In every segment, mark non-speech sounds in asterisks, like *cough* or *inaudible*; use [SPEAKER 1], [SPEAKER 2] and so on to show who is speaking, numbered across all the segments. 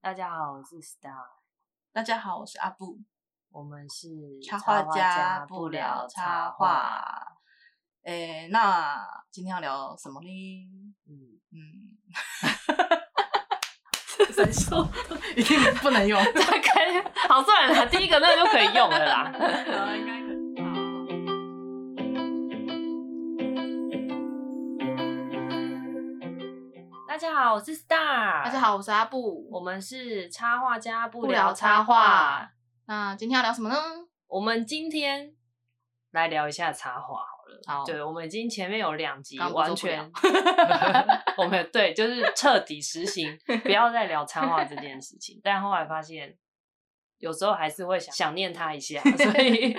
[SPEAKER 1] 大家好，我是 Star，
[SPEAKER 2] 大家好，我是阿布，
[SPEAKER 1] 我们是
[SPEAKER 2] 插画家
[SPEAKER 1] 不
[SPEAKER 2] 不聊
[SPEAKER 1] 插
[SPEAKER 2] 插画。。诶，那今天要聊什么呢？
[SPEAKER 1] 嗯，
[SPEAKER 2] 嗯，
[SPEAKER 1] *laughs* 神兽
[SPEAKER 2] 一定不能用。
[SPEAKER 1] *laughs* 大概好算了啦，第一个那个就可以用了啦。 *laughs*
[SPEAKER 2] 好哦应该可以
[SPEAKER 1] 嗯大家好，我是 Star，
[SPEAKER 3] 大家，好，我是阿布。
[SPEAKER 1] 我们是插画家不
[SPEAKER 3] 不聊
[SPEAKER 1] 插
[SPEAKER 3] 插画。那今天要聊什么呢？
[SPEAKER 1] 我们今天来聊一下插画好了。
[SPEAKER 3] 好
[SPEAKER 1] 对，我们已经前面有两集
[SPEAKER 3] 刚不
[SPEAKER 1] 完
[SPEAKER 3] 做不
[SPEAKER 1] 全
[SPEAKER 3] 了，
[SPEAKER 1] *laughs* 我们对，就是彻底实行，不要再聊插画这件事情。但后来发现，有时候还是会想想念他一下，所
[SPEAKER 3] *laughs*
[SPEAKER 1] 以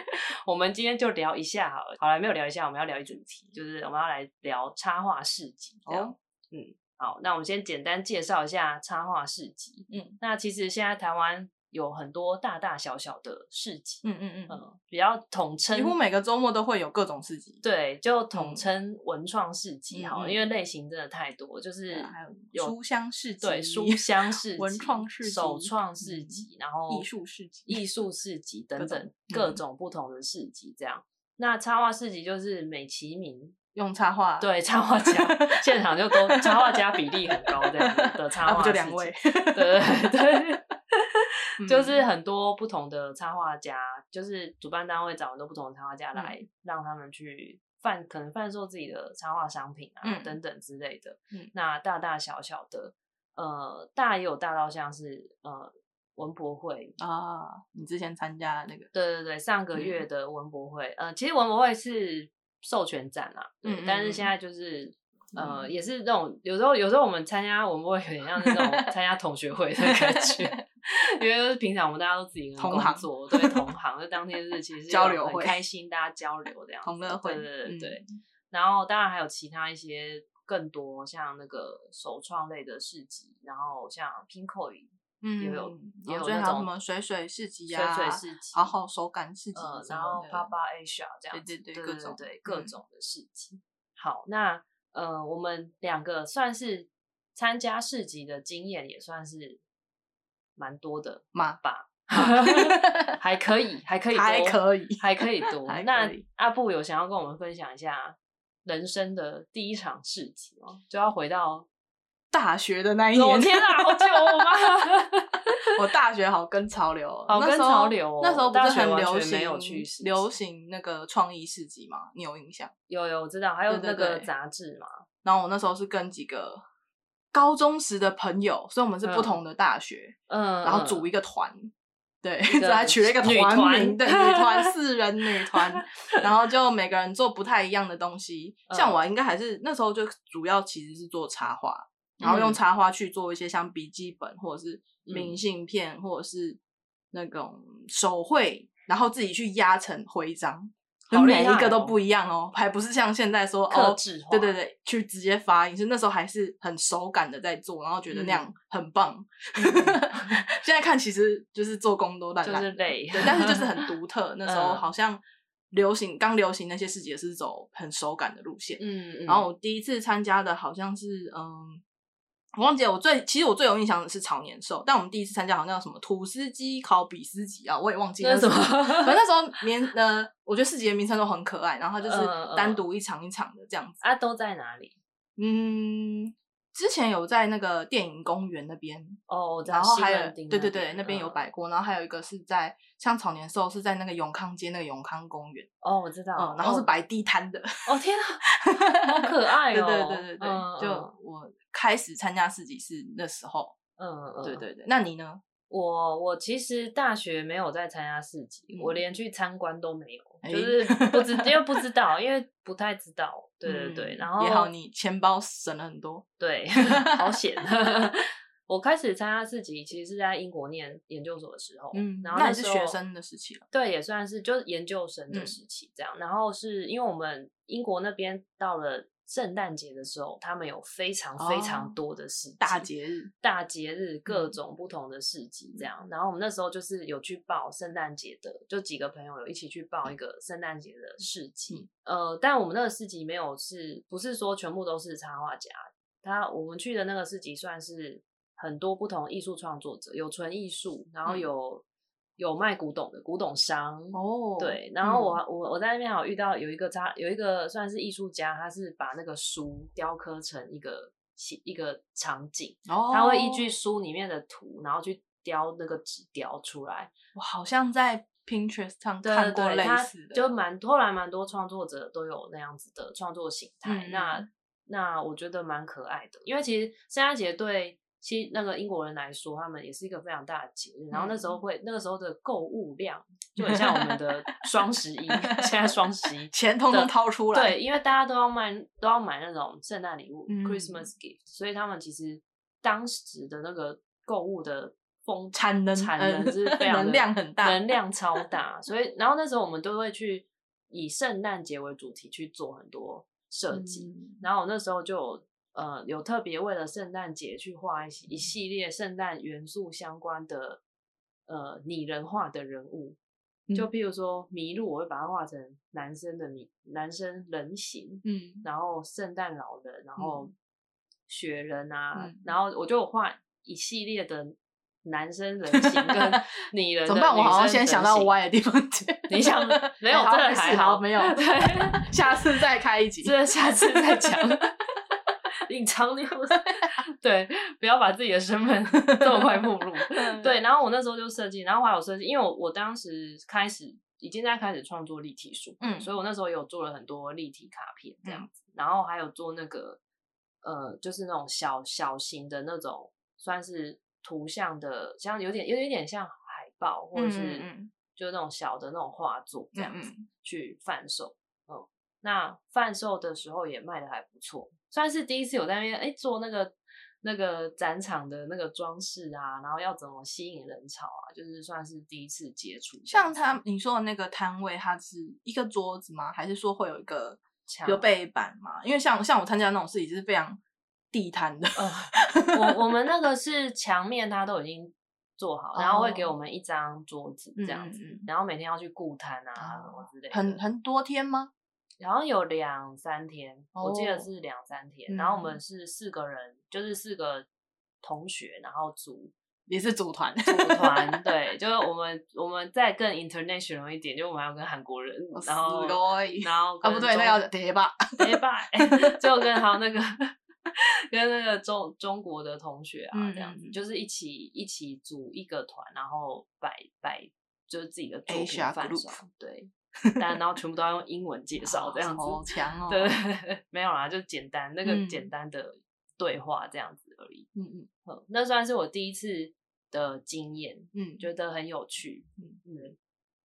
[SPEAKER 1] 我们今天就聊一下好了。好了，没有聊一下，我们要聊一主题，就是我们要来聊插画市集。这
[SPEAKER 3] 哦
[SPEAKER 1] 样，嗯，好，那我们先简单介绍一下插画市集。
[SPEAKER 2] 嗯，
[SPEAKER 1] 那其实现在台湾有很多大大小小的市集，
[SPEAKER 2] 嗯嗯嗯，
[SPEAKER 1] 嗯，比较统称
[SPEAKER 2] 几乎每个周末都会有各种市集。
[SPEAKER 1] 对，就统
[SPEAKER 2] 嗯
[SPEAKER 1] 称文创市集好了，
[SPEAKER 2] 嗯嗯
[SPEAKER 1] 因为类型真的太多，就是
[SPEAKER 2] 对啊还有
[SPEAKER 1] 有
[SPEAKER 2] 书香市集
[SPEAKER 1] 对书香市集、
[SPEAKER 2] 文创市集
[SPEAKER 1] 首创市
[SPEAKER 2] 嗯
[SPEAKER 1] 集，然后
[SPEAKER 2] 艺术市集
[SPEAKER 1] 艺术市集等
[SPEAKER 2] 各
[SPEAKER 1] 等
[SPEAKER 2] 种
[SPEAKER 1] 各
[SPEAKER 2] 嗯
[SPEAKER 1] 种不同的市集这样。那插画市集就是美其名，
[SPEAKER 2] 用插画，
[SPEAKER 1] 对插画
[SPEAKER 2] *laughs*
[SPEAKER 1] 家现场就都插画家比例很高这样子的插
[SPEAKER 2] 啊，
[SPEAKER 1] 画
[SPEAKER 2] 不
[SPEAKER 1] 市
[SPEAKER 2] 就
[SPEAKER 1] 集，？
[SPEAKER 2] 两位
[SPEAKER 1] 对对对。
[SPEAKER 2] 嗯
[SPEAKER 1] 就是很多不同的插画家，就是主办单位找很多不同的插画家
[SPEAKER 2] 嗯
[SPEAKER 1] 来，让他们去贩，可能贩售自己的插画商品啊、
[SPEAKER 2] 嗯
[SPEAKER 1] 等等之类的。
[SPEAKER 2] 嗯
[SPEAKER 1] 那大大小小的，呃，大也有大到像是呃文博会。
[SPEAKER 2] 啊，你之前参加那个，
[SPEAKER 1] 对对对，上个
[SPEAKER 2] 嗯
[SPEAKER 1] 月的文博会，呃，其实文博会是授权展啊，对，
[SPEAKER 2] 嗯嗯
[SPEAKER 1] 但是
[SPEAKER 2] 嗯
[SPEAKER 1] 现在就是呃，
[SPEAKER 2] 嗯
[SPEAKER 1] 也是那种有时候有时候我们参加我们会有点像是那
[SPEAKER 2] *laughs*
[SPEAKER 1] 种参加同学会的感觉，因为就是平常我们大家都自己一个人
[SPEAKER 2] 同
[SPEAKER 1] 工
[SPEAKER 2] 行
[SPEAKER 1] 作，对同行，就当天是其实
[SPEAKER 2] 交流
[SPEAKER 1] 很
[SPEAKER 2] 会
[SPEAKER 1] 开心，大家交流这样子
[SPEAKER 2] 同乐会
[SPEAKER 1] 对对对
[SPEAKER 2] 嗯
[SPEAKER 1] 对。然后当然还有其他一些更多像那个首创类的市集，然后像 Pinko
[SPEAKER 2] 嗯
[SPEAKER 1] 也有也有
[SPEAKER 2] 所以还
[SPEAKER 1] 那
[SPEAKER 2] 有
[SPEAKER 1] 种
[SPEAKER 2] 什么水水市集
[SPEAKER 1] 水
[SPEAKER 2] 啊，
[SPEAKER 1] 水市集，
[SPEAKER 2] 然后手感市集
[SPEAKER 1] 呃，
[SPEAKER 2] 什
[SPEAKER 1] 然
[SPEAKER 2] 么
[SPEAKER 1] 后
[SPEAKER 2] 的
[SPEAKER 1] Papa Asia 这样
[SPEAKER 2] 对
[SPEAKER 1] 子，
[SPEAKER 2] 对对
[SPEAKER 1] 对
[SPEAKER 2] 各
[SPEAKER 1] 对
[SPEAKER 2] 种
[SPEAKER 1] 对各
[SPEAKER 2] 嗯
[SPEAKER 1] 种的市集。好，那呃，我们两个算是参加市集的经验也算是蛮多的
[SPEAKER 2] 嘛，
[SPEAKER 1] 吧，
[SPEAKER 2] *laughs*
[SPEAKER 1] 还可以，还可以多，
[SPEAKER 2] 还
[SPEAKER 1] *laughs*
[SPEAKER 2] 可以
[SPEAKER 1] 还可以多。
[SPEAKER 2] 还
[SPEAKER 1] 那
[SPEAKER 2] 可以
[SPEAKER 1] 阿布有想要跟我们分享一下人生的第一场市集吗？就要回到
[SPEAKER 2] 大学的那一
[SPEAKER 1] 我
[SPEAKER 2] 年，
[SPEAKER 1] 天啊，好久我
[SPEAKER 2] *laughs*
[SPEAKER 1] 妈。
[SPEAKER 2] 我大学好跟潮流哦，
[SPEAKER 1] 好
[SPEAKER 2] 那
[SPEAKER 1] 跟
[SPEAKER 2] 时候
[SPEAKER 1] 潮流哦
[SPEAKER 2] 那时候不
[SPEAKER 1] 大
[SPEAKER 2] 是
[SPEAKER 1] 学
[SPEAKER 2] 很
[SPEAKER 1] 完
[SPEAKER 2] 流
[SPEAKER 1] 全
[SPEAKER 2] 行，
[SPEAKER 1] 没有去市集
[SPEAKER 2] 流行那个创意市集嘛，你有印象？
[SPEAKER 1] 有有，我知道，还有
[SPEAKER 2] 对对
[SPEAKER 1] 那个
[SPEAKER 2] 对
[SPEAKER 1] 杂志嘛，
[SPEAKER 2] 然后我那时候是跟几个高中时的朋友，所以我们是不
[SPEAKER 1] 嗯
[SPEAKER 2] 同的大学，
[SPEAKER 1] 嗯，
[SPEAKER 2] 然
[SPEAKER 1] 嗯
[SPEAKER 2] 后组一个团。对，
[SPEAKER 1] 个
[SPEAKER 2] *laughs* 所以还取了一个
[SPEAKER 1] 女
[SPEAKER 2] 团
[SPEAKER 1] 团
[SPEAKER 2] 名，对，女团
[SPEAKER 1] *laughs*
[SPEAKER 2] 四人女团，然后就每个人做不太一样的东西。
[SPEAKER 1] 嗯
[SPEAKER 2] 像我应该还是那时候就主要其实是做插画，然后
[SPEAKER 1] 嗯
[SPEAKER 2] 用插画去做一些像笔记本或者是
[SPEAKER 1] 嗯
[SPEAKER 2] 明信片，或者是那种手绘，然后自己去压成徽章，就
[SPEAKER 1] 好厉
[SPEAKER 2] 每一
[SPEAKER 1] 害
[SPEAKER 2] 个都
[SPEAKER 1] 哦
[SPEAKER 2] 不一样哦，还不是像现在说
[SPEAKER 1] 克
[SPEAKER 2] 哦，
[SPEAKER 1] 制化，
[SPEAKER 2] 对对对，去直接发音，是那时候还是很手感的在做，然后觉
[SPEAKER 1] 嗯
[SPEAKER 2] 得那样很棒。现在看其实就是做工都烂
[SPEAKER 1] 就
[SPEAKER 2] 烂
[SPEAKER 1] 是
[SPEAKER 2] 的，
[SPEAKER 1] 累
[SPEAKER 2] 对，但是就
[SPEAKER 1] *laughs*
[SPEAKER 2] 是很独特。那时候
[SPEAKER 1] 嗯
[SPEAKER 2] 好像流行刚流行那些事情也是走很手感的路线，
[SPEAKER 1] 嗯，嗯
[SPEAKER 2] 然后我第一次参加的好像是嗯，我忘记了我最其实我最有印象的是炒年兽，但我们第一次参加好像叫什么土司鸡烤比斯吉啊，我也忘记
[SPEAKER 1] 那
[SPEAKER 2] 那
[SPEAKER 1] 是
[SPEAKER 2] 是
[SPEAKER 1] 什
[SPEAKER 2] 什
[SPEAKER 1] 么
[SPEAKER 2] 么。 *laughs* 反正那时候年呃，我觉得市集的名称都很可爱，然后它就
[SPEAKER 1] 嗯嗯
[SPEAKER 2] 是单独一场一场的这样子。
[SPEAKER 1] 啊都在哪里？
[SPEAKER 2] 嗯，之前有在那个电影公园那边，
[SPEAKER 1] 哦，我知道
[SPEAKER 2] 然后还
[SPEAKER 1] 西
[SPEAKER 2] 有
[SPEAKER 1] 门町
[SPEAKER 2] 对对对，
[SPEAKER 1] 边
[SPEAKER 2] 那
[SPEAKER 1] 嗯
[SPEAKER 2] 边有摆过，然后还有一个是在像草年兽是在那个永康街那个永康公园，
[SPEAKER 1] 嗯哦，我知道，
[SPEAKER 2] 嗯，然后是
[SPEAKER 1] 哦
[SPEAKER 2] 摆地摊的，
[SPEAKER 1] 哦天啊，好
[SPEAKER 2] *laughs*
[SPEAKER 1] 可爱
[SPEAKER 2] 对
[SPEAKER 1] 哦，
[SPEAKER 2] 对对对对，
[SPEAKER 1] 嗯
[SPEAKER 2] 就我开始参加市集是那时候，
[SPEAKER 1] 嗯嗯嗯，
[SPEAKER 2] 对。对对。那你呢？
[SPEAKER 1] 我我其实大学没有在参加市集，
[SPEAKER 2] 嗯
[SPEAKER 1] 我连去参观都没有，
[SPEAKER 2] 哎
[SPEAKER 1] 就是不
[SPEAKER 2] *laughs*
[SPEAKER 1] 知因为不知道，因为不太知道，对对对，
[SPEAKER 2] 嗯
[SPEAKER 1] 然后哦
[SPEAKER 2] 也好，你钱包省了很多。 *laughs*
[SPEAKER 1] 对，好险。 *laughs* 我开始参加市集，其实是在英国念研究所的时候，
[SPEAKER 2] 嗯
[SPEAKER 1] 然后
[SPEAKER 2] 那
[SPEAKER 1] 那
[SPEAKER 2] 也是
[SPEAKER 1] 时候
[SPEAKER 2] 学生的时期了。
[SPEAKER 1] 对，也算是就是研究生的
[SPEAKER 2] 嗯
[SPEAKER 1] 时期这样。然后是因为我们英国那边到了圣诞节的时候，他们有非常非常
[SPEAKER 2] 哦
[SPEAKER 1] 多的市集、
[SPEAKER 2] 大节日，
[SPEAKER 1] 大节日各
[SPEAKER 2] 嗯
[SPEAKER 1] 种不同的市集这样。然后我们那时候就是有去报圣诞节的，就几个朋友有一起去报一个圣诞节的市集。
[SPEAKER 2] 嗯
[SPEAKER 1] 呃，但我们那个市集没有是不是说全部都是插画家？他我们去的那个市集算是。很多不同艺术创作者，有纯艺术，然后
[SPEAKER 2] 嗯
[SPEAKER 1] 有、有卖古董的古董商。
[SPEAKER 2] 哦，
[SPEAKER 1] 对，然后我、我我在那边还有遇到有一个他有一个算是艺术家，他是把那个书雕刻成一个形一个场景，
[SPEAKER 2] 哦，
[SPEAKER 1] 他会依据书里面的图，然后去雕那个纸雕出来。
[SPEAKER 2] 我好像在 Pinterest 上
[SPEAKER 1] 对
[SPEAKER 2] 看过
[SPEAKER 1] 对对，
[SPEAKER 2] 类
[SPEAKER 1] 他
[SPEAKER 2] 似的，
[SPEAKER 1] 就蛮后来蛮多创作者都有那样子的创作形态。
[SPEAKER 2] 嗯
[SPEAKER 1] 那那我觉得蛮可爱的，因为其实圣诞节对其那个英国人来说，他们也是一个非常大的节日。然后那
[SPEAKER 2] 嗯
[SPEAKER 1] 时候会、那个时候的购物量就很像我们
[SPEAKER 2] *laughs*
[SPEAKER 1] 的双十一，现在双十一。
[SPEAKER 2] 钱通通掏出来，
[SPEAKER 1] 对，因为大家都要买，都要买那种圣诞礼物、
[SPEAKER 2] 嗯
[SPEAKER 1] （Christmas gift），所以他们其实当时的那个购物的风
[SPEAKER 2] 产能
[SPEAKER 1] 产
[SPEAKER 2] 呃
[SPEAKER 1] 能是非常的
[SPEAKER 2] 能量很大
[SPEAKER 1] 能量超大。所以，然后那时候我们都会去以圣诞节为主题去做很多设计。
[SPEAKER 3] 嗯
[SPEAKER 1] 然后我那时候就有呃有特别为了圣诞节去画一系一系列圣诞元素相关的呃拟人化的人物。就
[SPEAKER 2] 嗯
[SPEAKER 1] 譬如说麋鹿，我会把它画成男生的麋，男生人形，
[SPEAKER 2] 嗯，
[SPEAKER 1] 然后圣诞老人，然后雪人啊，
[SPEAKER 2] 嗯
[SPEAKER 1] 然后我就有画一系列的男生人形
[SPEAKER 2] *laughs*
[SPEAKER 1] 跟拟人的
[SPEAKER 2] 怎么办？我好像
[SPEAKER 1] 嗯女生
[SPEAKER 2] 先想到
[SPEAKER 1] 人形，
[SPEAKER 2] 歪的地方去，
[SPEAKER 1] *laughs* 你
[SPEAKER 2] *laughs*
[SPEAKER 1] 想没有
[SPEAKER 2] 好
[SPEAKER 1] 这个
[SPEAKER 2] 没事
[SPEAKER 1] 还
[SPEAKER 2] 好
[SPEAKER 1] 好
[SPEAKER 2] 没
[SPEAKER 1] *laughs*
[SPEAKER 2] 有
[SPEAKER 1] 对，
[SPEAKER 2] 下次再开一集，
[SPEAKER 1] 这个下次再讲。 *laughs* 隐藏你，
[SPEAKER 2] *laughs*
[SPEAKER 1] 对，不要把自己的身份 *laughs* 这么快暴露。
[SPEAKER 2] 嗯
[SPEAKER 1] 对，然后我那时候就设计，然后我还有设计，因为我我当时开始已经在开始创作立体书，
[SPEAKER 2] 嗯
[SPEAKER 1] 所以我那时候有做了很多立体卡片这样
[SPEAKER 2] 嗯
[SPEAKER 1] 子，然后还有做那个呃，就是那种小小型的那种，算是图像的，像有点有一点像海报或者是
[SPEAKER 2] 嗯嗯嗯
[SPEAKER 1] 就那种小的那种画作这样子
[SPEAKER 2] 嗯嗯
[SPEAKER 1] 去贩售，嗯，那贩售的时候也卖的还不错，算是第一次有在那边哎做那个那个展场的那个装饰啊，然后要怎么吸引人潮啊，就是算是第一次接触这样
[SPEAKER 2] 像
[SPEAKER 1] 子。
[SPEAKER 2] 他你说的那个摊位，它是一个桌子吗？还是说会有一个
[SPEAKER 1] 墙
[SPEAKER 2] 有背板吗？因为像像我参加那种事情是非常地摊的，
[SPEAKER 1] 呃我我们那个是墙面，它都已经做好，然后会给我们一张桌子 *laughs* 这样子，
[SPEAKER 2] 哦嗯嗯嗯哦
[SPEAKER 1] 然后每天要去顾摊啊、什么之类的，
[SPEAKER 2] 很很多天吗？
[SPEAKER 1] 然后有两三天，我记得
[SPEAKER 2] 哦
[SPEAKER 1] 是两三天。然后我们
[SPEAKER 2] 嗯
[SPEAKER 1] 是四个人，就是四个同学，然后组
[SPEAKER 2] 也是组团，
[SPEAKER 1] 组团，对，就是我们我们再更 international 一点，就我们还要跟韩国人，然后
[SPEAKER 2] 哦死咯欸
[SPEAKER 1] 然后
[SPEAKER 2] *laughs* *laughs* 啊不
[SPEAKER 1] 跟
[SPEAKER 2] 对，那
[SPEAKER 1] 中
[SPEAKER 2] 要叠吧，
[SPEAKER 1] 结
[SPEAKER 2] *laughs*
[SPEAKER 1] 拜，就跟还有那个跟那个中中国的同学啊，
[SPEAKER 2] 嗯
[SPEAKER 1] 这样子、
[SPEAKER 2] 嗯嗯
[SPEAKER 1] 就是一起一起组一个团，然后摆摆就是自己的作品
[SPEAKER 2] Asia
[SPEAKER 1] 贩
[SPEAKER 2] group
[SPEAKER 1] 售，对，但然后全部都要用英文
[SPEAKER 2] *laughs*
[SPEAKER 1] 介绍这样子，*laughs*
[SPEAKER 2] 好强哦，
[SPEAKER 1] 对对对，没有啦，就简单那个
[SPEAKER 2] 嗯
[SPEAKER 1] 简单的对话这样子而已。
[SPEAKER 2] 嗯嗯
[SPEAKER 1] 嗯，那算是我第一次的经验，
[SPEAKER 2] 嗯，
[SPEAKER 1] 觉得很有趣。
[SPEAKER 2] 嗯
[SPEAKER 1] 嗯，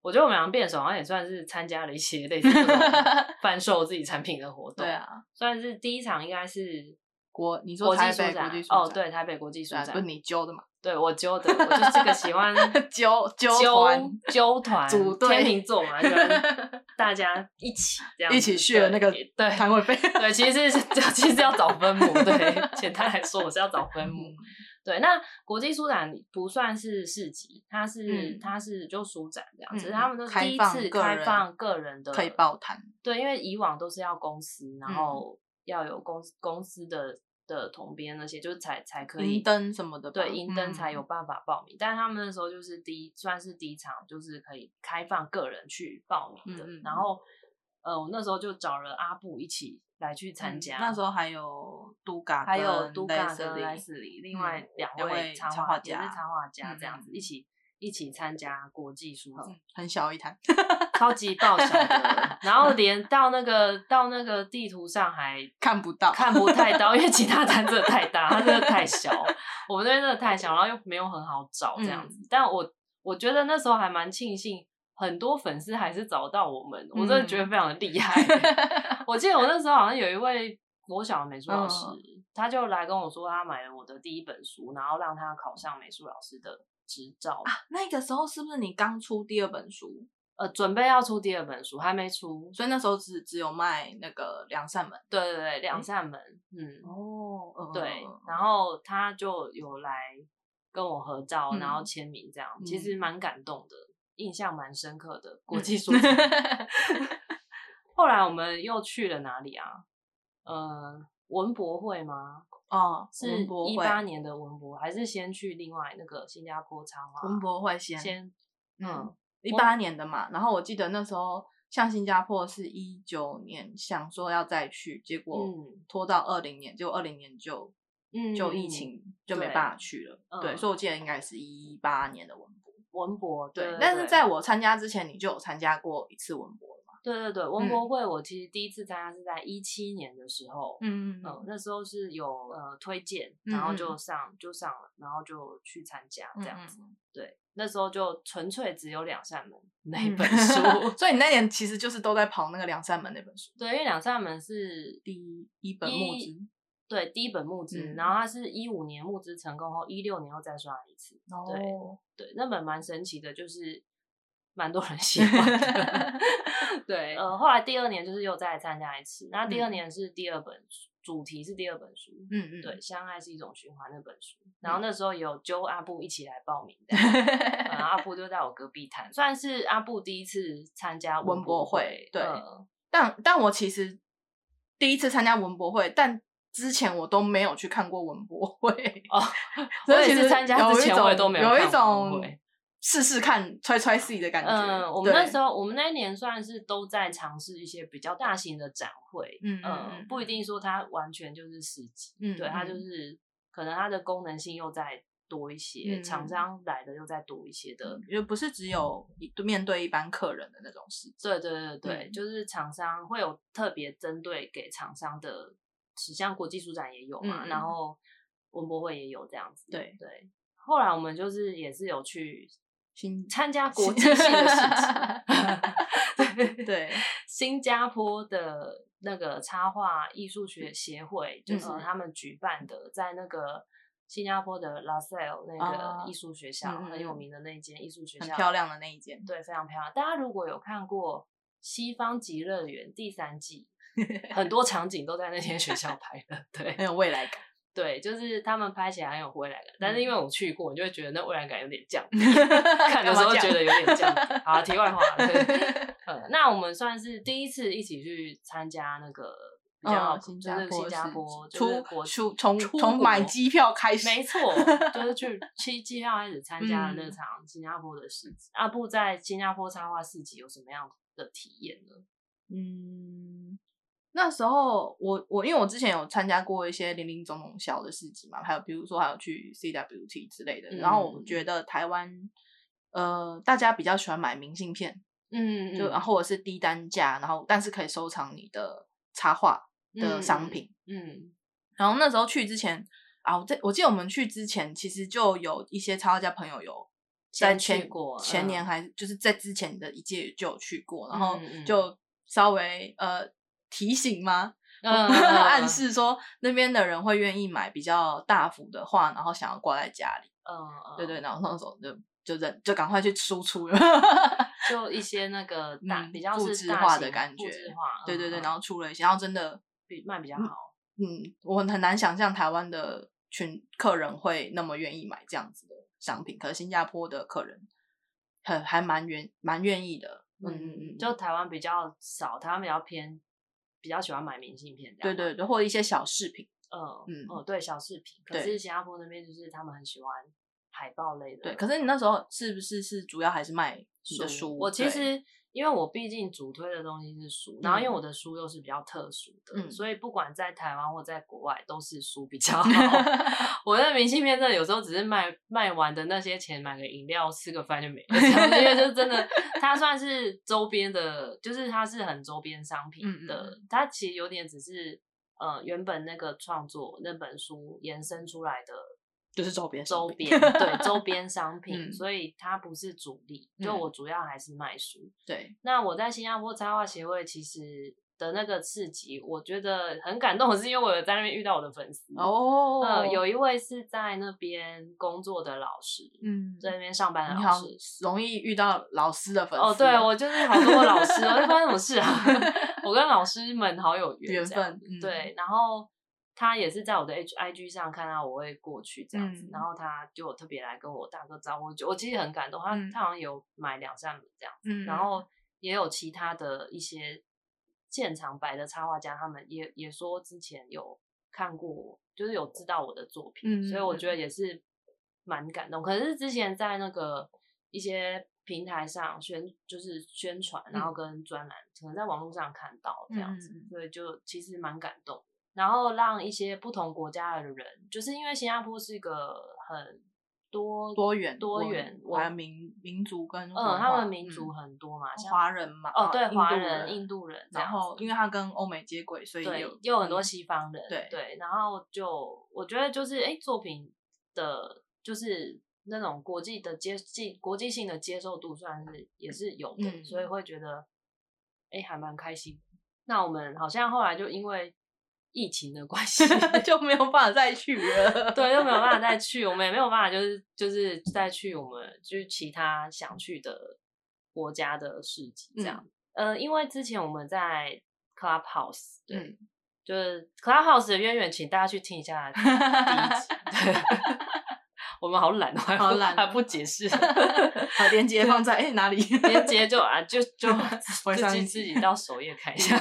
[SPEAKER 1] 我觉得我们两个变熟好像也算是参加了一些类似这种贩售自己产品的活动。
[SPEAKER 2] *laughs* 对，啊，
[SPEAKER 1] 算是第一场应该是
[SPEAKER 2] 国你
[SPEAKER 1] 国
[SPEAKER 2] 说
[SPEAKER 1] 际
[SPEAKER 2] 台
[SPEAKER 1] 书
[SPEAKER 2] 北
[SPEAKER 1] 展
[SPEAKER 2] 国际书
[SPEAKER 1] 哦，
[SPEAKER 2] 展
[SPEAKER 1] 对，台北国际书
[SPEAKER 2] 对啊，
[SPEAKER 1] 展，
[SPEAKER 2] 不是你揪的嘛，
[SPEAKER 1] 对我揪的，我就是这个喜欢
[SPEAKER 2] *laughs* 揪揪团
[SPEAKER 1] 揪揪团
[SPEAKER 2] 组队
[SPEAKER 1] 天秤座嘛，喜
[SPEAKER 2] *laughs*
[SPEAKER 1] 欢大家一起这样
[SPEAKER 2] 一起
[SPEAKER 1] 子
[SPEAKER 2] 去了那个
[SPEAKER 1] 对对
[SPEAKER 2] 摊位费， *laughs*
[SPEAKER 1] 对，其实是 *laughs* 其实要找分母，对， *laughs* 简单来说，我是要找分
[SPEAKER 2] 嗯
[SPEAKER 1] 母。对，那国际书展不算是市集，它是、
[SPEAKER 2] 嗯
[SPEAKER 1] 它是就书展这样，
[SPEAKER 2] 嗯
[SPEAKER 1] 啊只是他们都是
[SPEAKER 2] 开
[SPEAKER 1] 第一
[SPEAKER 2] 放
[SPEAKER 1] 次
[SPEAKER 2] 个
[SPEAKER 1] 开
[SPEAKER 2] 人
[SPEAKER 1] 放个人的
[SPEAKER 2] 可以报摊，
[SPEAKER 1] 对，因为以往都是要公司，然
[SPEAKER 2] 嗯
[SPEAKER 1] 后要有公司公司的的统编那些，就是才才可以
[SPEAKER 2] 银灯什么的吧，
[SPEAKER 1] 对，银灯才
[SPEAKER 2] 嗯
[SPEAKER 1] 有办法报名。但他们那时候就是第一，算是第一场，就是可以开放个人去报名的。
[SPEAKER 2] 嗯嗯嗯
[SPEAKER 1] 然后，呃，我那时候就找了阿布一起来去参
[SPEAKER 2] 嗯
[SPEAKER 1] 加。
[SPEAKER 2] 那时候还有都嘎，
[SPEAKER 1] 还有都嘎跟莱
[SPEAKER 2] 莱
[SPEAKER 1] 斯里，另外两
[SPEAKER 2] 两
[SPEAKER 1] 位
[SPEAKER 2] 位
[SPEAKER 1] 插
[SPEAKER 2] 插
[SPEAKER 1] 画
[SPEAKER 2] 画
[SPEAKER 1] 也是
[SPEAKER 2] 家
[SPEAKER 1] 插画家这样
[SPEAKER 2] 嗯
[SPEAKER 1] 子一起一起参加国际书展。
[SPEAKER 2] 很小一摊， *laughs*
[SPEAKER 1] 超级爆笑 *laughs* 的，然后连到那个到那个地图上还
[SPEAKER 2] 看不到，
[SPEAKER 1] 看不太到，因为其他摊真的太大，它真的太小，我们那边真的太小，然后又没有很好找这样子。但我我觉得那时候还蛮庆幸，很多粉丝还是找到我们，我真的觉得非常的厉害。欸我记得我那时候好像有一位国小的美术老师，他就来跟我说，他买了我的第一本书，然后让他考上美术老师的执照，
[SPEAKER 2] 那个时候是不是你刚出第二本书？
[SPEAKER 1] 呃，准备要出第二本书，还没出。
[SPEAKER 2] 所以那时候只只有卖那个两扇门
[SPEAKER 1] 对对对，两扇门，嗯，
[SPEAKER 2] 哦，嗯
[SPEAKER 1] 对，然后他就有来跟我合照，然后
[SPEAKER 2] 嗯
[SPEAKER 1] 签名，这样、其
[SPEAKER 2] 嗯
[SPEAKER 1] 实蛮感动的，印象蛮深刻的国际书 *laughs* 展。后来我们又去了哪里啊？呃，文博会吗？
[SPEAKER 2] 哦，
[SPEAKER 1] 是
[SPEAKER 2] 文博
[SPEAKER 1] 一
[SPEAKER 2] 会，
[SPEAKER 1] 八年的文博，还是先去另外那个新加坡插花？
[SPEAKER 2] 文博会先，
[SPEAKER 1] 先，
[SPEAKER 2] 嗯
[SPEAKER 1] 嗯，
[SPEAKER 2] 一八年的嘛。然后我记得那时候像新加坡是一九年想说要再去，结果
[SPEAKER 1] 嗯
[SPEAKER 2] 拖到二零年，结果二零年就
[SPEAKER 1] 嗯
[SPEAKER 2] 就疫情就没
[SPEAKER 1] 对
[SPEAKER 2] 办法去了。
[SPEAKER 1] 嗯
[SPEAKER 2] 对，所以我记得应该是一八年的文博。
[SPEAKER 1] 文博，对
[SPEAKER 2] 对
[SPEAKER 1] 对，，
[SPEAKER 2] 但是
[SPEAKER 1] 对
[SPEAKER 2] 在我参加之前，你就有参加过一次文博了嘛？
[SPEAKER 1] 对对对文
[SPEAKER 2] 嗯
[SPEAKER 1] 博会，我其实第一次参加是在一七年的时候，
[SPEAKER 2] 嗯
[SPEAKER 1] 嗯，那时候是有呃推荐，然
[SPEAKER 2] 嗯
[SPEAKER 1] 后
[SPEAKER 2] 嗯
[SPEAKER 1] 就上就上了，然后就去参加这样子。 *laughs*
[SPEAKER 2] 嗯
[SPEAKER 1] 对，那时候就纯粹只有两扇门那一
[SPEAKER 2] 嗯，
[SPEAKER 1] 本书
[SPEAKER 2] *laughs* 所以你那年其实就是都在跑那个两扇门那本书，
[SPEAKER 1] 对，因为两扇门是
[SPEAKER 2] 第一一本募资，
[SPEAKER 1] 对第一本募资，
[SPEAKER 2] 嗯
[SPEAKER 1] 然后它是一五年募资成功后，一六年又再刷一次。对
[SPEAKER 2] 哦
[SPEAKER 1] 对，那本蛮神奇的，就是蛮多人 *laughs* 喜欢的。对，呃，后来第二年就是又再参加一次，那第二
[SPEAKER 2] 嗯
[SPEAKER 1] 年是第二本书，主题是第二本书，
[SPEAKER 2] 嗯嗯， *laughs*
[SPEAKER 1] 对，《相爱是一种循环》那本书，然后那时候也有揪阿布一起来报名的，然后阿布就在我隔壁摊，算是阿布第一次参加
[SPEAKER 2] 文
[SPEAKER 1] 博
[SPEAKER 2] 博会对
[SPEAKER 1] 呃
[SPEAKER 2] 但但我其实第一次参加文博会，但之前我都没有去看过文博会， *laughs*
[SPEAKER 1] 哦，
[SPEAKER 2] 所
[SPEAKER 1] 我也
[SPEAKER 2] 以其
[SPEAKER 1] 是
[SPEAKER 2] 实
[SPEAKER 1] 参加
[SPEAKER 2] 有
[SPEAKER 1] 之
[SPEAKER 2] 一
[SPEAKER 1] 前我也
[SPEAKER 2] 种
[SPEAKER 1] 都没有
[SPEAKER 2] 有一
[SPEAKER 1] 看文博
[SPEAKER 2] 种
[SPEAKER 1] 会
[SPEAKER 2] 试试看、揣揣 C 的感觉。
[SPEAKER 1] 嗯，我们那时
[SPEAKER 2] 候，
[SPEAKER 1] 候，我们那一年算是都在尝试一些比较大型的展会，
[SPEAKER 2] 嗯嗯
[SPEAKER 1] 嗯
[SPEAKER 2] 嗯，
[SPEAKER 1] 不一定说它完全就是市集，
[SPEAKER 2] 嗯
[SPEAKER 1] 对，它就
[SPEAKER 2] 嗯
[SPEAKER 1] 是可能它的功能性又再多一些，
[SPEAKER 2] 嗯嗯
[SPEAKER 1] 厂商来的又再多一些的，
[SPEAKER 2] 就嗯不是只有一面对一般客人的那种事情。
[SPEAKER 1] 对对对对，
[SPEAKER 2] 嗯
[SPEAKER 1] 就是厂商会有特别针对给厂商的，像国际书展也有嘛，
[SPEAKER 2] 嗯嗯
[SPEAKER 1] 然后文博会也有这样子，
[SPEAKER 2] 对
[SPEAKER 1] 对。后来我们就是也是有去
[SPEAKER 2] 新
[SPEAKER 1] 参加国际性的市集，
[SPEAKER 2] *laughs*
[SPEAKER 1] *laughs* 对，
[SPEAKER 2] 对，
[SPEAKER 1] 新加坡的那个插画艺术学协会，就是
[SPEAKER 2] 嗯
[SPEAKER 1] 他们举办的，在那个新加坡的拉塞尔那
[SPEAKER 2] 啊
[SPEAKER 1] 个艺术学校、
[SPEAKER 2] 嗯嗯
[SPEAKER 1] 很有
[SPEAKER 2] 嗯
[SPEAKER 1] 名的那间艺术学校，
[SPEAKER 2] 很漂亮的那一间。
[SPEAKER 1] 对，非常漂亮。大家如果有看过《西方极乐园》第三季，很多场景都在那间学校拍的。
[SPEAKER 2] 很
[SPEAKER 1] 对
[SPEAKER 2] 有未来感， *laughs*
[SPEAKER 1] 对，就是他们拍起来很有未来感，但是因
[SPEAKER 2] 嗯
[SPEAKER 1] 为我去过，我就会觉得那未来感有点
[SPEAKER 2] *laughs*
[SPEAKER 1] 降低看
[SPEAKER 2] 看
[SPEAKER 1] 的时候觉得有点
[SPEAKER 2] *laughs*
[SPEAKER 1] 降低。好，题外话，对呃，那我们算是第一次一起去参加那个比较、
[SPEAKER 2] 嗯，新
[SPEAKER 1] 就
[SPEAKER 2] 加
[SPEAKER 1] 是
[SPEAKER 2] 坡
[SPEAKER 1] 新加
[SPEAKER 2] 市
[SPEAKER 1] 坡
[SPEAKER 2] 集
[SPEAKER 1] 就是
[SPEAKER 2] 出
[SPEAKER 1] 国
[SPEAKER 2] 出从
[SPEAKER 1] 出
[SPEAKER 2] 从买
[SPEAKER 1] 国
[SPEAKER 2] 机票开始，
[SPEAKER 1] 没错，就是去去机票开始参加了那
[SPEAKER 2] 嗯
[SPEAKER 1] 场新加坡的市集。阿布在新加坡插画市集有什么样的体验呢？
[SPEAKER 2] 嗯，那时候我我因为我之前有参加过一些零零总总小的市集嘛，还有比如说还有去 CWT 之类的，然后我
[SPEAKER 1] 嗯
[SPEAKER 2] 觉得台湾呃大家比较喜欢买明信片，
[SPEAKER 1] 嗯
[SPEAKER 2] 就然后或者是低单价，然后但是可以收藏你的插画的商品。，
[SPEAKER 1] 嗯
[SPEAKER 2] 然后那时候去之前啊，我在我记得我们去之前其实就有一些插画家朋友有在
[SPEAKER 1] 先去
[SPEAKER 2] 前
[SPEAKER 1] 过
[SPEAKER 2] 前年
[SPEAKER 1] 嗯
[SPEAKER 2] 还就是在之前的一届就有去过，然后
[SPEAKER 1] 嗯嗯
[SPEAKER 2] 就稍微呃提醒吗？ *laughs*
[SPEAKER 1] 嗯
[SPEAKER 2] 暗示说那边的人会愿意买比较大幅的画，然后想要挂在家里，
[SPEAKER 1] 嗯，嗯
[SPEAKER 2] 对对，，然后那时候就就忍就赶快去输出了， *laughs*
[SPEAKER 1] 就一些那个大
[SPEAKER 2] 嗯
[SPEAKER 1] 比较
[SPEAKER 2] 复
[SPEAKER 1] 是
[SPEAKER 2] 制
[SPEAKER 1] 大
[SPEAKER 2] 化的
[SPEAKER 1] 型
[SPEAKER 2] 感
[SPEAKER 1] 复
[SPEAKER 2] 觉
[SPEAKER 1] 制化，
[SPEAKER 2] 对对对，然
[SPEAKER 1] 后
[SPEAKER 2] 后出了一些，然后真的
[SPEAKER 1] 比卖比较好，
[SPEAKER 2] 嗯，我很难想象台湾的群客人会那么愿意买这样子的商品，可是新加坡的客人很还蛮愿蛮愿意的，嗯嗯嗯，
[SPEAKER 1] 就台湾比较少，台湾比较偏，比较喜欢买明信片这
[SPEAKER 2] 对
[SPEAKER 1] 样，
[SPEAKER 2] 对，对，或者一些小饰品，
[SPEAKER 1] 嗯
[SPEAKER 2] 嗯
[SPEAKER 1] 嗯，对小饰品，可
[SPEAKER 2] 对
[SPEAKER 1] 是新加坡那边就是他们很喜欢海报类的，
[SPEAKER 2] 对。可是你那时候是不是是主要还是卖你的书？
[SPEAKER 1] 我其
[SPEAKER 2] 对
[SPEAKER 1] 实因为我毕竟主推的东西是书，然后因为
[SPEAKER 2] 嗯
[SPEAKER 1] 我的书又是比较特殊的，
[SPEAKER 2] 嗯
[SPEAKER 1] 所以不管在台湾或在国外都是书比较好。 *laughs* 我的明信片真的有时候只是卖卖完的那些钱买个饮料吃个饭就没了，这样子因为就真的它算是周边的，就是它是很周边商
[SPEAKER 2] 嗯嗯
[SPEAKER 1] 品的，它其实有点只是。呃，原本那个创作那本书延伸出来的
[SPEAKER 2] 就是周边商
[SPEAKER 1] 周
[SPEAKER 2] 品
[SPEAKER 1] 边，对周
[SPEAKER 2] *laughs*
[SPEAKER 1] 边商品，
[SPEAKER 2] 嗯
[SPEAKER 1] 所以它不是主力。就
[SPEAKER 2] 嗯
[SPEAKER 1] 我主要还是卖书。
[SPEAKER 2] 对，
[SPEAKER 1] 那我在新加坡插画协会其实的那个市集，我觉得很感动，是因为我有在那边遇到我的粉丝。
[SPEAKER 2] 哦，
[SPEAKER 1] 呃，有一位是在那边工作的老师，
[SPEAKER 2] 嗯，
[SPEAKER 1] 在那边上班的
[SPEAKER 2] 你
[SPEAKER 1] 老
[SPEAKER 2] 好
[SPEAKER 1] 师。
[SPEAKER 2] 容易遇到老师的粉丝
[SPEAKER 1] 哦，对，我就是好多老师，我就发生什么事啊？
[SPEAKER 2] *laughs*
[SPEAKER 1] 我跟老师们好有缘，
[SPEAKER 2] 缘
[SPEAKER 1] 这样
[SPEAKER 2] 分
[SPEAKER 1] 子
[SPEAKER 2] 嗯
[SPEAKER 1] 对，然后他也是在我的 H I G 上看到我会过去这样子，
[SPEAKER 2] 嗯
[SPEAKER 1] 然后他就有特别来跟我打个招呼，我就我其实很感动，他、
[SPEAKER 2] 嗯
[SPEAKER 1] 他好像有买两扇门这样子，
[SPEAKER 2] 嗯，
[SPEAKER 1] 然后也有其他的一些现场摆的插画家，他们也也说之前有看过我，就是有知道我的作品，
[SPEAKER 2] 嗯
[SPEAKER 1] 所以我觉得也是蛮感动。可是之前在那个一些平台上宣，就是宣传，然
[SPEAKER 2] 嗯
[SPEAKER 1] 后跟专栏，可能在网络上看到这样子，
[SPEAKER 2] 嗯嗯嗯
[SPEAKER 1] 所以就其实蛮感动的。然后让一些不同国家的人，就是因为新加坡是一个很多
[SPEAKER 2] 多元
[SPEAKER 1] 多
[SPEAKER 2] 文
[SPEAKER 1] 元
[SPEAKER 2] 还有
[SPEAKER 1] 文
[SPEAKER 2] 民民族跟文
[SPEAKER 1] 嗯，他
[SPEAKER 2] 化
[SPEAKER 1] 们民族
[SPEAKER 2] 嗯
[SPEAKER 1] 很多嘛，像
[SPEAKER 2] 华人嘛，
[SPEAKER 1] 哦
[SPEAKER 2] 啊
[SPEAKER 1] 对，
[SPEAKER 2] 印
[SPEAKER 1] 华
[SPEAKER 2] 度
[SPEAKER 1] 人、印度人这样
[SPEAKER 2] 然
[SPEAKER 1] 子，
[SPEAKER 2] 后因为他跟欧美接轨，所以
[SPEAKER 1] 对
[SPEAKER 2] 有，
[SPEAKER 1] 也有很多
[SPEAKER 2] 嗯
[SPEAKER 1] 西方人，
[SPEAKER 2] 对
[SPEAKER 1] 然后就我觉得就是哎、诶作品的，就是那种国际的接际国际性的接受度，算是也是有的，
[SPEAKER 2] 嗯
[SPEAKER 1] 所以会觉得哎、诶还蛮开心。那我们好像后来就因为疫情的关系，
[SPEAKER 2] *laughs* 就没有办法再
[SPEAKER 1] *laughs*
[SPEAKER 2] 去了。
[SPEAKER 1] 对，就没有办法再去，我们也没有办法，就是就是再去我们就是其他想去的国家的市集这样。呃，因为之前我们在 Clubhouse，对，
[SPEAKER 2] 嗯
[SPEAKER 1] 就是 Clubhouse 的渊源，请大家去听一下第一
[SPEAKER 2] *laughs*
[SPEAKER 1] 集。对 *laughs* 我们好懒哦，还不
[SPEAKER 2] 好懒哦
[SPEAKER 1] 还不解释，
[SPEAKER 2] 把链接
[SPEAKER 1] 啊
[SPEAKER 2] 放在哎、哪
[SPEAKER 1] *laughs*
[SPEAKER 2] 里？
[SPEAKER 1] 连接就啊就
[SPEAKER 2] *laughs*
[SPEAKER 1] 就自
[SPEAKER 2] 回上
[SPEAKER 1] 己
[SPEAKER 2] 一
[SPEAKER 1] 自
[SPEAKER 2] 集
[SPEAKER 1] 己到首页看一
[SPEAKER 2] *laughs*
[SPEAKER 1] 下。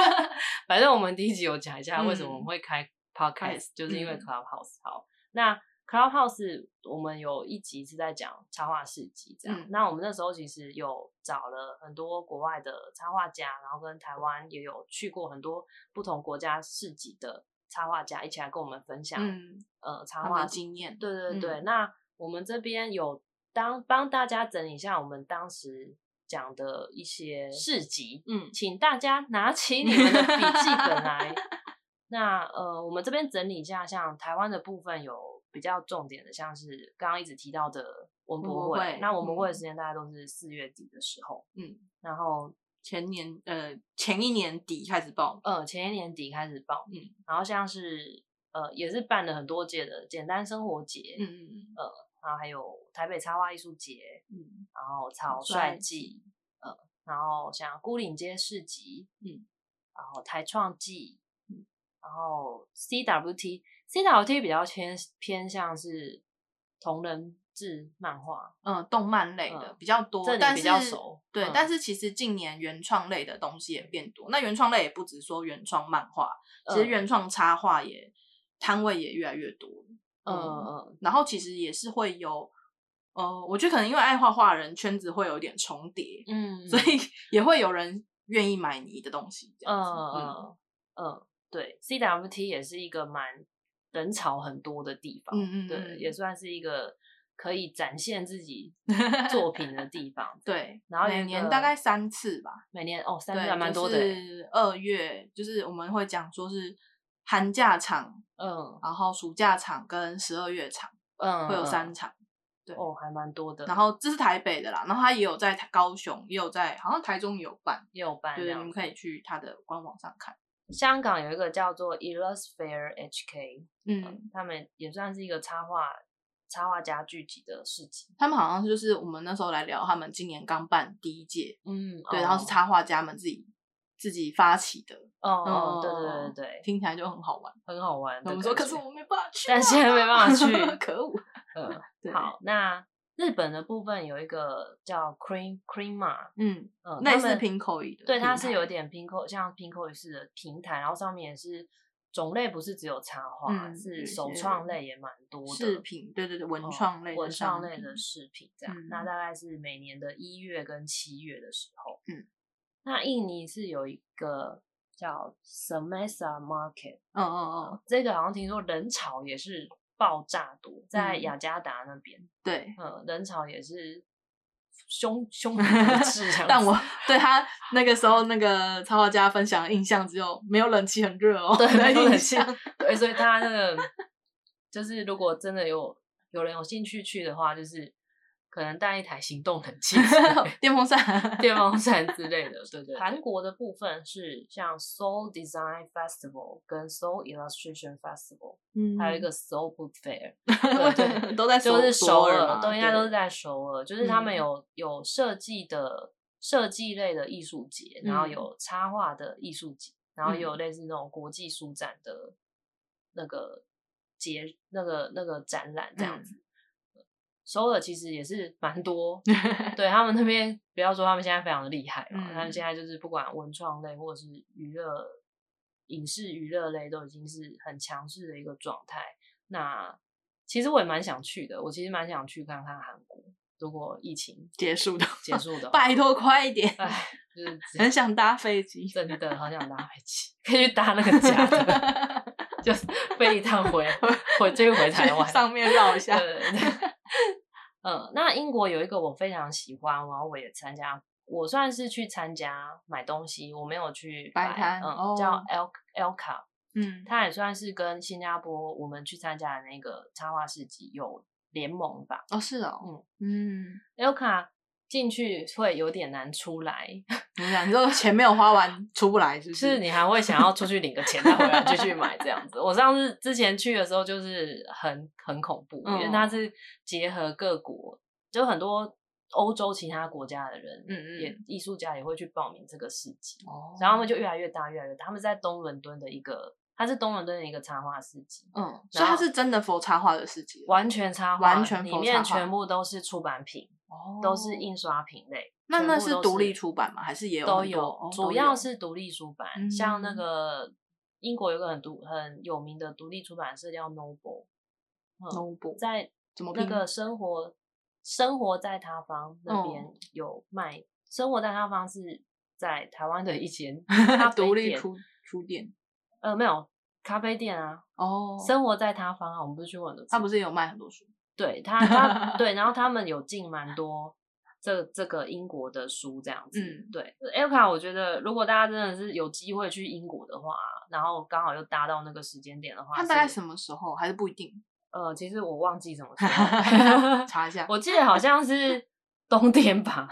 [SPEAKER 1] *laughs* 反正我们第一集有讲一下为什么我们会开 podcast，、就是因为
[SPEAKER 2] 嗯
[SPEAKER 1] Clubhouse。好，那 Clubhouse 我们有一集是在讲插画市集，这样。
[SPEAKER 2] 嗯
[SPEAKER 1] 那我们那时候其实有找了很多国外的插画家，然后跟台湾也有去过很多不同国家市集的插画家一起来跟我们分享，
[SPEAKER 2] 嗯，
[SPEAKER 1] 呃，插
[SPEAKER 2] 他们
[SPEAKER 1] 画
[SPEAKER 2] 的经验，
[SPEAKER 1] 对对
[SPEAKER 2] 嗯
[SPEAKER 1] 对，那我们这边有当帮大家整理一下我们当时讲的一些事集，
[SPEAKER 2] 嗯
[SPEAKER 1] 请大家拿起你们的笔记本
[SPEAKER 2] *laughs*
[SPEAKER 1] 来。那呃，我们这边整理一下，像台湾的部分有比较重点的，像是刚刚一直提到的文
[SPEAKER 2] 文
[SPEAKER 1] 博
[SPEAKER 2] 博
[SPEAKER 1] 会，
[SPEAKER 2] 会
[SPEAKER 1] 那文博会的
[SPEAKER 2] 嗯
[SPEAKER 1] 时间大概都是四月底的时候，
[SPEAKER 2] 嗯，
[SPEAKER 1] 然后
[SPEAKER 2] 前年呃前一年底开始报，
[SPEAKER 1] 呃前一年底开始报名，
[SPEAKER 2] 嗯
[SPEAKER 1] 然后像是呃也是办了很多届的简单生活节，
[SPEAKER 2] 嗯嗯
[SPEAKER 1] 然后还有台北插画艺术节，
[SPEAKER 2] 嗯
[SPEAKER 1] 然后草率季，呃，然后像孤岭街市集，
[SPEAKER 2] 嗯，
[SPEAKER 1] 然后台创季，嗯，然后 CWT CWT 比较偏偏向是同人志漫画，
[SPEAKER 2] 嗯、呃动漫类的、
[SPEAKER 1] 嗯
[SPEAKER 2] 比较多
[SPEAKER 1] 这，你
[SPEAKER 2] 但
[SPEAKER 1] 比
[SPEAKER 2] 是
[SPEAKER 1] 较熟
[SPEAKER 2] 对、
[SPEAKER 1] 嗯
[SPEAKER 2] 但是其实近年原创类的东西也变多，那原创类也不只说原创漫画，其实
[SPEAKER 1] 嗯
[SPEAKER 2] 原创插画也摊位也越来越多了。
[SPEAKER 1] 嗯
[SPEAKER 2] 嗯
[SPEAKER 1] 嗯，
[SPEAKER 2] 然后其实也是会有，呃，我觉得可能因为爱画画的人圈子会有点重叠，
[SPEAKER 1] 嗯，
[SPEAKER 2] 所以 *laughs* 也会有人愿意买你的东西，这
[SPEAKER 1] 嗯
[SPEAKER 2] 样子。
[SPEAKER 1] 嗯嗯，对，CWT 也是一个蛮人潮很多的地方，
[SPEAKER 2] 嗯嗯
[SPEAKER 1] 对，
[SPEAKER 2] 嗯
[SPEAKER 1] 也算是一个可以展现自
[SPEAKER 2] *laughs*
[SPEAKER 1] 己作品的地方，
[SPEAKER 2] 对，
[SPEAKER 1] 然后有
[SPEAKER 2] 每
[SPEAKER 1] 一
[SPEAKER 2] 年
[SPEAKER 1] 个
[SPEAKER 2] 大概三次吧，
[SPEAKER 1] 每年哦，三
[SPEAKER 2] 对，
[SPEAKER 1] 次还蛮多的
[SPEAKER 2] 就
[SPEAKER 1] 欸，
[SPEAKER 2] 是二月，就是我们会讲说是寒假场，
[SPEAKER 1] 嗯
[SPEAKER 2] 然后暑假场跟十二月场
[SPEAKER 1] 嗯，
[SPEAKER 2] 会有三
[SPEAKER 1] 嗯
[SPEAKER 2] 场，对
[SPEAKER 1] 哦，还蛮多的，
[SPEAKER 2] 然后这是台北的啦，然后他也有在台高雄，也有在好像台中也有办，
[SPEAKER 1] 也有办
[SPEAKER 2] 对，
[SPEAKER 1] 这
[SPEAKER 2] 你们
[SPEAKER 1] 样。
[SPEAKER 2] 可以去他的官网上看。
[SPEAKER 1] 香港有一个叫做 Illustrator HK，
[SPEAKER 2] 嗯，
[SPEAKER 1] 他们也算是一个插画插画家聚集的市集，
[SPEAKER 2] 他们好像就是我们那时候来聊，他们今年刚办第一届
[SPEAKER 1] 嗯，
[SPEAKER 2] 对，
[SPEAKER 1] 哦
[SPEAKER 2] 然后是，插画家们自己自己发起的，
[SPEAKER 1] 哦哦，对
[SPEAKER 2] 哦
[SPEAKER 1] 对对对，
[SPEAKER 2] 听起来就很好玩。
[SPEAKER 1] 很好玩的感
[SPEAKER 2] 我们
[SPEAKER 1] 觉。
[SPEAKER 2] 说，可是我没办法去啊，
[SPEAKER 1] 但现在没办法去
[SPEAKER 2] *laughs* 可恶。
[SPEAKER 1] 嗯，
[SPEAKER 2] 对，
[SPEAKER 1] 好，那日本的部分有一个叫 Cream Creamer，
[SPEAKER 2] 嗯，
[SPEAKER 1] 嗯，
[SPEAKER 2] 类
[SPEAKER 1] 他
[SPEAKER 2] 似
[SPEAKER 1] 们
[SPEAKER 2] 平口语的，
[SPEAKER 1] 对，它是有，点平口，像平口语式的平台，然后上面也是种类不是只有插画，
[SPEAKER 2] 嗯有
[SPEAKER 1] 是
[SPEAKER 2] 一
[SPEAKER 1] 手
[SPEAKER 2] 些
[SPEAKER 1] 创类也蛮多的，
[SPEAKER 2] 视频，对对对，文
[SPEAKER 1] 哦
[SPEAKER 2] 创类的商品，
[SPEAKER 1] 文创类的饰品这样。
[SPEAKER 2] 嗯
[SPEAKER 1] 那大概是每年的一月跟七月的时候。
[SPEAKER 2] 嗯，
[SPEAKER 1] 那印尼是有一个叫 Semasa Market，
[SPEAKER 2] 嗯，嗯嗯嗯，
[SPEAKER 1] 这个好像听说人潮也是爆炸多，在
[SPEAKER 2] 嗯
[SPEAKER 1] 雅加达那边，
[SPEAKER 2] 对。
[SPEAKER 1] 嗯，人潮也是汹汹
[SPEAKER 2] *laughs*
[SPEAKER 1] 然而至这样子。 *laughs*
[SPEAKER 2] 但我对他那个时候那个插画家分享的印象只有没有冷气很热哦，
[SPEAKER 1] 对没
[SPEAKER 2] 的
[SPEAKER 1] 有冷
[SPEAKER 2] 印
[SPEAKER 1] 气
[SPEAKER 2] 象，
[SPEAKER 1] 对，所以他那个就是，如果真的有有人有兴趣去的话，就是可能带一台行动冷气之类
[SPEAKER 2] 电
[SPEAKER 1] *laughs*
[SPEAKER 2] 风扇，
[SPEAKER 1] 电风扇之类的。对对，韩国的部分是像 Soul Design Festival 跟 Soul Illustration Festival，、
[SPEAKER 2] 嗯
[SPEAKER 1] 还有一个 Soul Book Fair，对对
[SPEAKER 2] 都在
[SPEAKER 1] 就是首
[SPEAKER 2] 首
[SPEAKER 1] 尔，
[SPEAKER 2] 嘛
[SPEAKER 1] 都应该都是
[SPEAKER 2] 对
[SPEAKER 1] 在首尔，就是他们
[SPEAKER 2] 嗯
[SPEAKER 1] 有、有设计的设计类的艺术节，然后
[SPEAKER 2] 嗯
[SPEAKER 1] 有插画的艺术节，然后也有
[SPEAKER 2] 嗯
[SPEAKER 1] 类似那种国际书展的那个节那个那个展览这样
[SPEAKER 2] 嗯
[SPEAKER 1] 子。首尔其实也是蛮多，对他们那边不要说他们现在非常的厉害嘛，他们
[SPEAKER 2] 嗯
[SPEAKER 1] 现在就是不管文创类或者是娱乐影视娱乐类都已经是很强势的一个状态。那其实我也蛮想去的，我其实蛮想去看看韩国。如果疫情
[SPEAKER 2] 结束的
[SPEAKER 1] 结束的话，
[SPEAKER 2] 拜托快一
[SPEAKER 1] *laughs*
[SPEAKER 2] 点，
[SPEAKER 1] 哎，就是这样
[SPEAKER 2] 很想搭飞机。
[SPEAKER 1] 真的好想搭飞机，可以去搭那个假的， *laughs*
[SPEAKER 2] *laughs*
[SPEAKER 1] 就是飞一趟回回就回台湾
[SPEAKER 2] 去。上面绕一下。
[SPEAKER 1] 对对对。 *laughs* 嗯，那英国有一个我非常喜欢，然后我也参加，我算是去参加买东西，我没有去
[SPEAKER 2] 摆
[SPEAKER 1] 买
[SPEAKER 2] 摊
[SPEAKER 1] 嗯，
[SPEAKER 2] 哦
[SPEAKER 1] 叫 El Elca，
[SPEAKER 2] 嗯，
[SPEAKER 1] 它也算是跟新加坡我们去参加的那个插画市集有联盟吧。
[SPEAKER 2] 哦，是哦，嗯嗯，
[SPEAKER 1] Elca 进去会有点难出来，
[SPEAKER 2] 怎么讲？你说钱没有花完出不来，是不
[SPEAKER 1] 是？你还会想要出去领个钱再回来继续买这样子。我上次之前去的时候就是很很恐怖，因为它
[SPEAKER 2] 嗯
[SPEAKER 1] 是结合各国，就很多欧洲其他国家的人，
[SPEAKER 2] 嗯嗯
[SPEAKER 1] 也艺术家也会去报名这个市集，
[SPEAKER 2] 哦
[SPEAKER 1] 然后他们就越来越大，越来越大。他们在东伦敦的一个，它是东伦敦的一个插画市集，
[SPEAKER 2] 嗯，所以它是真的佛插画的世界，
[SPEAKER 1] 完全插画，
[SPEAKER 2] 完全
[SPEAKER 1] 里
[SPEAKER 2] 佛
[SPEAKER 1] 面
[SPEAKER 2] 插画
[SPEAKER 1] 全部都是出版品，
[SPEAKER 2] 哦
[SPEAKER 1] 都是。印刷品类。
[SPEAKER 2] 那
[SPEAKER 1] 全
[SPEAKER 2] 那
[SPEAKER 1] 部
[SPEAKER 2] 是
[SPEAKER 1] 都
[SPEAKER 2] 独
[SPEAKER 1] 是
[SPEAKER 2] 立出版吗？还是也有
[SPEAKER 1] 都
[SPEAKER 2] 很多
[SPEAKER 1] 有
[SPEAKER 2] 哦，
[SPEAKER 1] 主
[SPEAKER 2] 都
[SPEAKER 1] 要
[SPEAKER 2] 有
[SPEAKER 1] 是独立出版，像那
[SPEAKER 2] 嗯
[SPEAKER 1] 个英国有个很独很有名的独立出版社叫 Noble，嗯，
[SPEAKER 2] Noble
[SPEAKER 1] 在
[SPEAKER 2] 怎么
[SPEAKER 1] 那
[SPEAKER 2] 拼
[SPEAKER 1] 个生活生活在他方那
[SPEAKER 2] 哦
[SPEAKER 1] 边有卖，生活在他方是在台湾的一
[SPEAKER 2] *laughs*
[SPEAKER 1] 间咖啡
[SPEAKER 2] 独立
[SPEAKER 1] 店
[SPEAKER 2] 出书店
[SPEAKER 1] 呃没有咖啡店啊，
[SPEAKER 2] 哦，
[SPEAKER 1] 生活在他方啊，我们不是去过很多次，
[SPEAKER 2] 他不是有卖很多书
[SPEAKER 1] 对他他
[SPEAKER 2] *laughs*
[SPEAKER 1] 对，然后他们有进蛮多这这个英国的书这样子。
[SPEAKER 2] 嗯
[SPEAKER 1] 对，Elka，我觉得如果大家真的是有机会去英国的话，然后刚好又搭到那个时间点的话，
[SPEAKER 2] 它大概
[SPEAKER 1] 是
[SPEAKER 2] 什么时候还是不一定，，
[SPEAKER 1] 呃，其实我忘记什么时候
[SPEAKER 2] *laughs*
[SPEAKER 3] 啊 *laughs*
[SPEAKER 2] 查一下。
[SPEAKER 1] 我记得好像
[SPEAKER 2] *laughs*
[SPEAKER 1] 是冬天吧。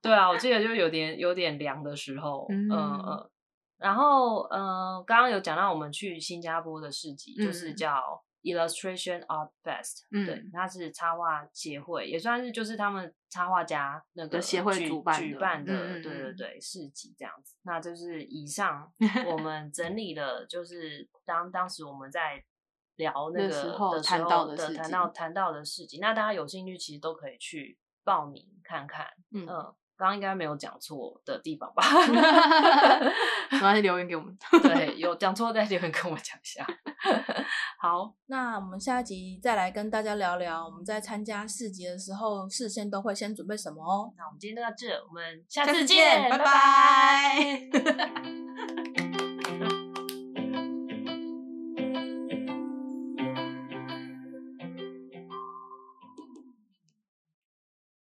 [SPEAKER 1] 对啊，我记得就有点有点凉的时候，嗯
[SPEAKER 2] 嗯
[SPEAKER 1] 嗯。呃然后，呃，刚刚有讲到我们去新加坡的市集，就是
[SPEAKER 2] 嗯
[SPEAKER 1] 叫 Illustration Art Fest，、对
[SPEAKER 2] 嗯，
[SPEAKER 1] 它是插画协会，也算是就是他们插画家那个
[SPEAKER 2] 的协会
[SPEAKER 1] 举
[SPEAKER 2] 主办的
[SPEAKER 1] 举办的，
[SPEAKER 2] 嗯嗯
[SPEAKER 1] 对对
[SPEAKER 2] 嗯
[SPEAKER 1] 对，市集这样子。那就是以
[SPEAKER 2] *laughs*
[SPEAKER 1] 上我们整理了，就是当当时我们在聊那
[SPEAKER 2] 那
[SPEAKER 1] 个
[SPEAKER 2] 时候
[SPEAKER 1] 的
[SPEAKER 2] 谈到的
[SPEAKER 1] 的
[SPEAKER 2] 事
[SPEAKER 1] 谈
[SPEAKER 2] 情
[SPEAKER 1] 到谈到的事情，那大家有兴趣其实都可以去报名看看。
[SPEAKER 2] 嗯，
[SPEAKER 3] 呃
[SPEAKER 1] 嗯，刚刚应该没有讲错的地
[SPEAKER 2] *laughs*
[SPEAKER 1] 方吧？
[SPEAKER 2] 没关系，留言给我们。 *laughs*
[SPEAKER 1] 对，有讲错再留言跟我讲一下。 *laughs* 好，
[SPEAKER 3] 那我们下一集再来跟大家聊聊，我们在参加市集的时候，事先都会先准备什么哦。
[SPEAKER 1] 那我们今天就到这，我们下
[SPEAKER 2] 下
[SPEAKER 1] 次
[SPEAKER 2] 次
[SPEAKER 1] 见，
[SPEAKER 2] 见拜
[SPEAKER 1] 拜
[SPEAKER 2] 拜
[SPEAKER 1] 拜